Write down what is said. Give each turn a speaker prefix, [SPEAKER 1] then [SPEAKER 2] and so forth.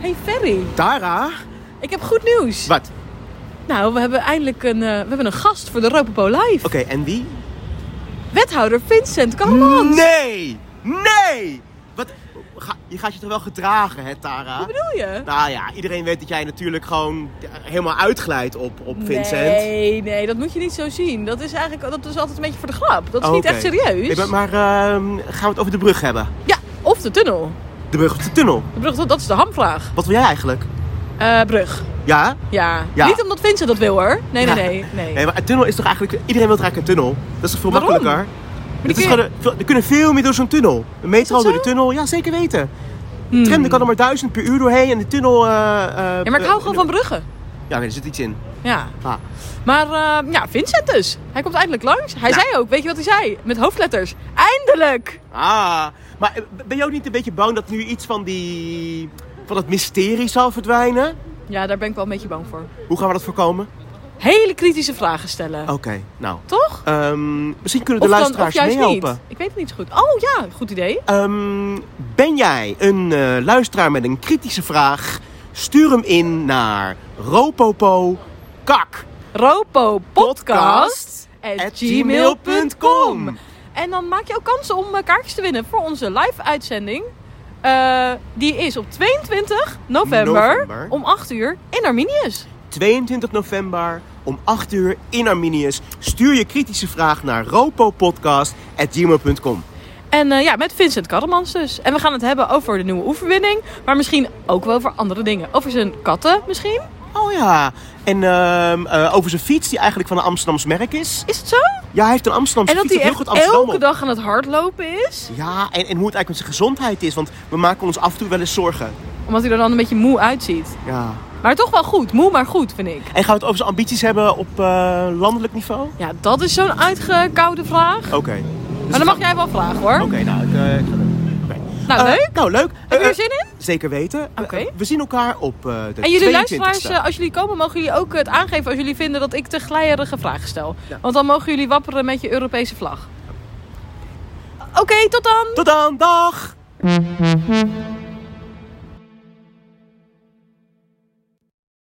[SPEAKER 1] Hey Ferry,
[SPEAKER 2] Tara?
[SPEAKER 1] ik heb goed nieuws.
[SPEAKER 2] Wat?
[SPEAKER 1] Nou, we hebben eindelijk een, eh, we hebben een gast voor de Ropopo Live.
[SPEAKER 2] Oké, en wie?
[SPEAKER 1] Wethouder Vincent Kalmans.
[SPEAKER 2] Nee! Nee! Wat? Ga- je gaat je toch wel gedragen, hè, Tara?
[SPEAKER 1] Wat bedoel je?
[SPEAKER 2] Nou ja, iedereen weet dat jij natuurlijk gewoon ja, helemaal uitglijdt op, op Vincent.
[SPEAKER 1] Nee, nee, dat moet je niet zo zien. Dat is eigenlijk dat is altijd een beetje voor de grap. Dat is
[SPEAKER 2] Oh,
[SPEAKER 1] niet
[SPEAKER 2] oké.
[SPEAKER 1] echt serieus.
[SPEAKER 2] Hey, maar maar, ehm, gaan we het over de brug hebben?
[SPEAKER 1] Ja, of de tunnel.
[SPEAKER 2] De brug of de tunnel?
[SPEAKER 1] De brug, dat, dat is de hamvraag.
[SPEAKER 2] Wat wil jij eigenlijk?
[SPEAKER 1] Eh, brug.
[SPEAKER 2] Ja?
[SPEAKER 1] Ja.
[SPEAKER 2] Ja.
[SPEAKER 1] Niet omdat Vincent dat wil hoor. Nee, nee,
[SPEAKER 2] Ja.
[SPEAKER 1] nee. nee.
[SPEAKER 2] Nee, maar een tunnel is toch eigenlijk... Iedereen wil toch eigenlijk een tunnel? Dat is toch veel
[SPEAKER 1] Waarom?
[SPEAKER 2] makkelijker?
[SPEAKER 1] Maar die
[SPEAKER 2] Het is
[SPEAKER 1] kun je-
[SPEAKER 2] gewoon een- veel- er kunnen veel meer door zo'n tunnel. Een metro
[SPEAKER 1] dat
[SPEAKER 2] door
[SPEAKER 1] zo? Hmm.
[SPEAKER 2] de tunnel, ja zeker weten. De tram er kan er maar duizend per uur doorheen en de tunnel... eh
[SPEAKER 1] ja, maar ik hou gewoon van bruggen.
[SPEAKER 2] Ja, nee, er zit iets in.
[SPEAKER 1] Ja.
[SPEAKER 2] Ah.
[SPEAKER 1] Maar eh, ja, Vincent dus. Hij komt eindelijk langs. Hij
[SPEAKER 2] Ja.
[SPEAKER 1] zei ook, weet je wat hij zei? Met hoofdletters. Eindelijk!
[SPEAKER 2] Ah, maar eh, ben je ook niet een beetje bang dat nu iets van die... van dat mysterie zal verdwijnen?
[SPEAKER 1] Ja, daar ben ik wel een beetje bang voor.
[SPEAKER 2] Hoe gaan we dat voorkomen?
[SPEAKER 1] Hele kritische vragen stellen.
[SPEAKER 2] Oké, nou.
[SPEAKER 1] Toch?
[SPEAKER 2] ehm, misschien kunnen de
[SPEAKER 1] Of, dan, of
[SPEAKER 2] luisteraars
[SPEAKER 1] juist niet.
[SPEAKER 2] meehelpen.
[SPEAKER 1] Ik weet het niet zo goed. Oh ja, goed idee.
[SPEAKER 2] Ehm, ben jij een eh, luisteraar met een kritische vraag? Stuur hem in naar ropopo kak.
[SPEAKER 1] Ropopodcast
[SPEAKER 2] at gmail.com.
[SPEAKER 1] En dan maak je ook kansen om eh, kaartjes te winnen voor onze live uitzending. Eh, die is op 22 november,
[SPEAKER 2] November.
[SPEAKER 1] om 8 uur in Arminius.
[SPEAKER 2] 22 november om 8 uur in Arminius. Stuur je kritische vraag naar ropopodcast.gmail.com.
[SPEAKER 1] En eh, ja, met Vincent Karremans dus. En we gaan het hebben over de nieuwe oefenwinning. Maar misschien ook wel over andere dingen. Over zijn katten misschien.
[SPEAKER 2] Oh ja, en ehm, eh, over zijn fiets die eigenlijk van een Amsterdams merk is.
[SPEAKER 1] Is het zo?
[SPEAKER 2] Ja, hij heeft een Amsterdamse
[SPEAKER 1] En dat
[SPEAKER 2] fiets
[SPEAKER 1] hij
[SPEAKER 2] dat heel goed
[SPEAKER 1] echt
[SPEAKER 2] Amsterdam
[SPEAKER 1] elke
[SPEAKER 2] op.
[SPEAKER 1] dag aan het hardlopen is.
[SPEAKER 2] Ja, en, en hoe het eigenlijk met zijn gezondheid is, want we maken ons af en toe wel eens zorgen.
[SPEAKER 1] Omdat hij er dan een beetje moe uitziet.
[SPEAKER 2] Ja.
[SPEAKER 1] Maar toch wel goed. Moe, maar goed, vind ik.
[SPEAKER 2] En gaan we het over zijn ambities hebben op eh, landelijk niveau?
[SPEAKER 1] Ja, dat is zo'n uitgekoude vraag.
[SPEAKER 2] Oké.
[SPEAKER 1] Maar Oh, dan mag jij wel vragen hoor.
[SPEAKER 2] Oké, nou, ik, eh, ik ga doen. Oké.
[SPEAKER 1] Nou,
[SPEAKER 2] Eh,
[SPEAKER 1] leuk.
[SPEAKER 2] nou, leuk.
[SPEAKER 1] Heb je
[SPEAKER 2] Eh,
[SPEAKER 1] er
[SPEAKER 2] eh,
[SPEAKER 1] zin in?
[SPEAKER 2] Zeker weten.
[SPEAKER 1] Oké.
[SPEAKER 2] Eh, we zien elkaar op eh, de
[SPEAKER 1] En jullie
[SPEAKER 2] 22e.
[SPEAKER 1] luisteraars, eh, als jullie komen, mogen jullie ook het aangeven als jullie vinden dat ik te glijerige vragen stel.
[SPEAKER 2] Ja.
[SPEAKER 1] Want dan mogen jullie wapperen met je Europese vlag. Oké, tot dan!
[SPEAKER 2] Tot dan, dag!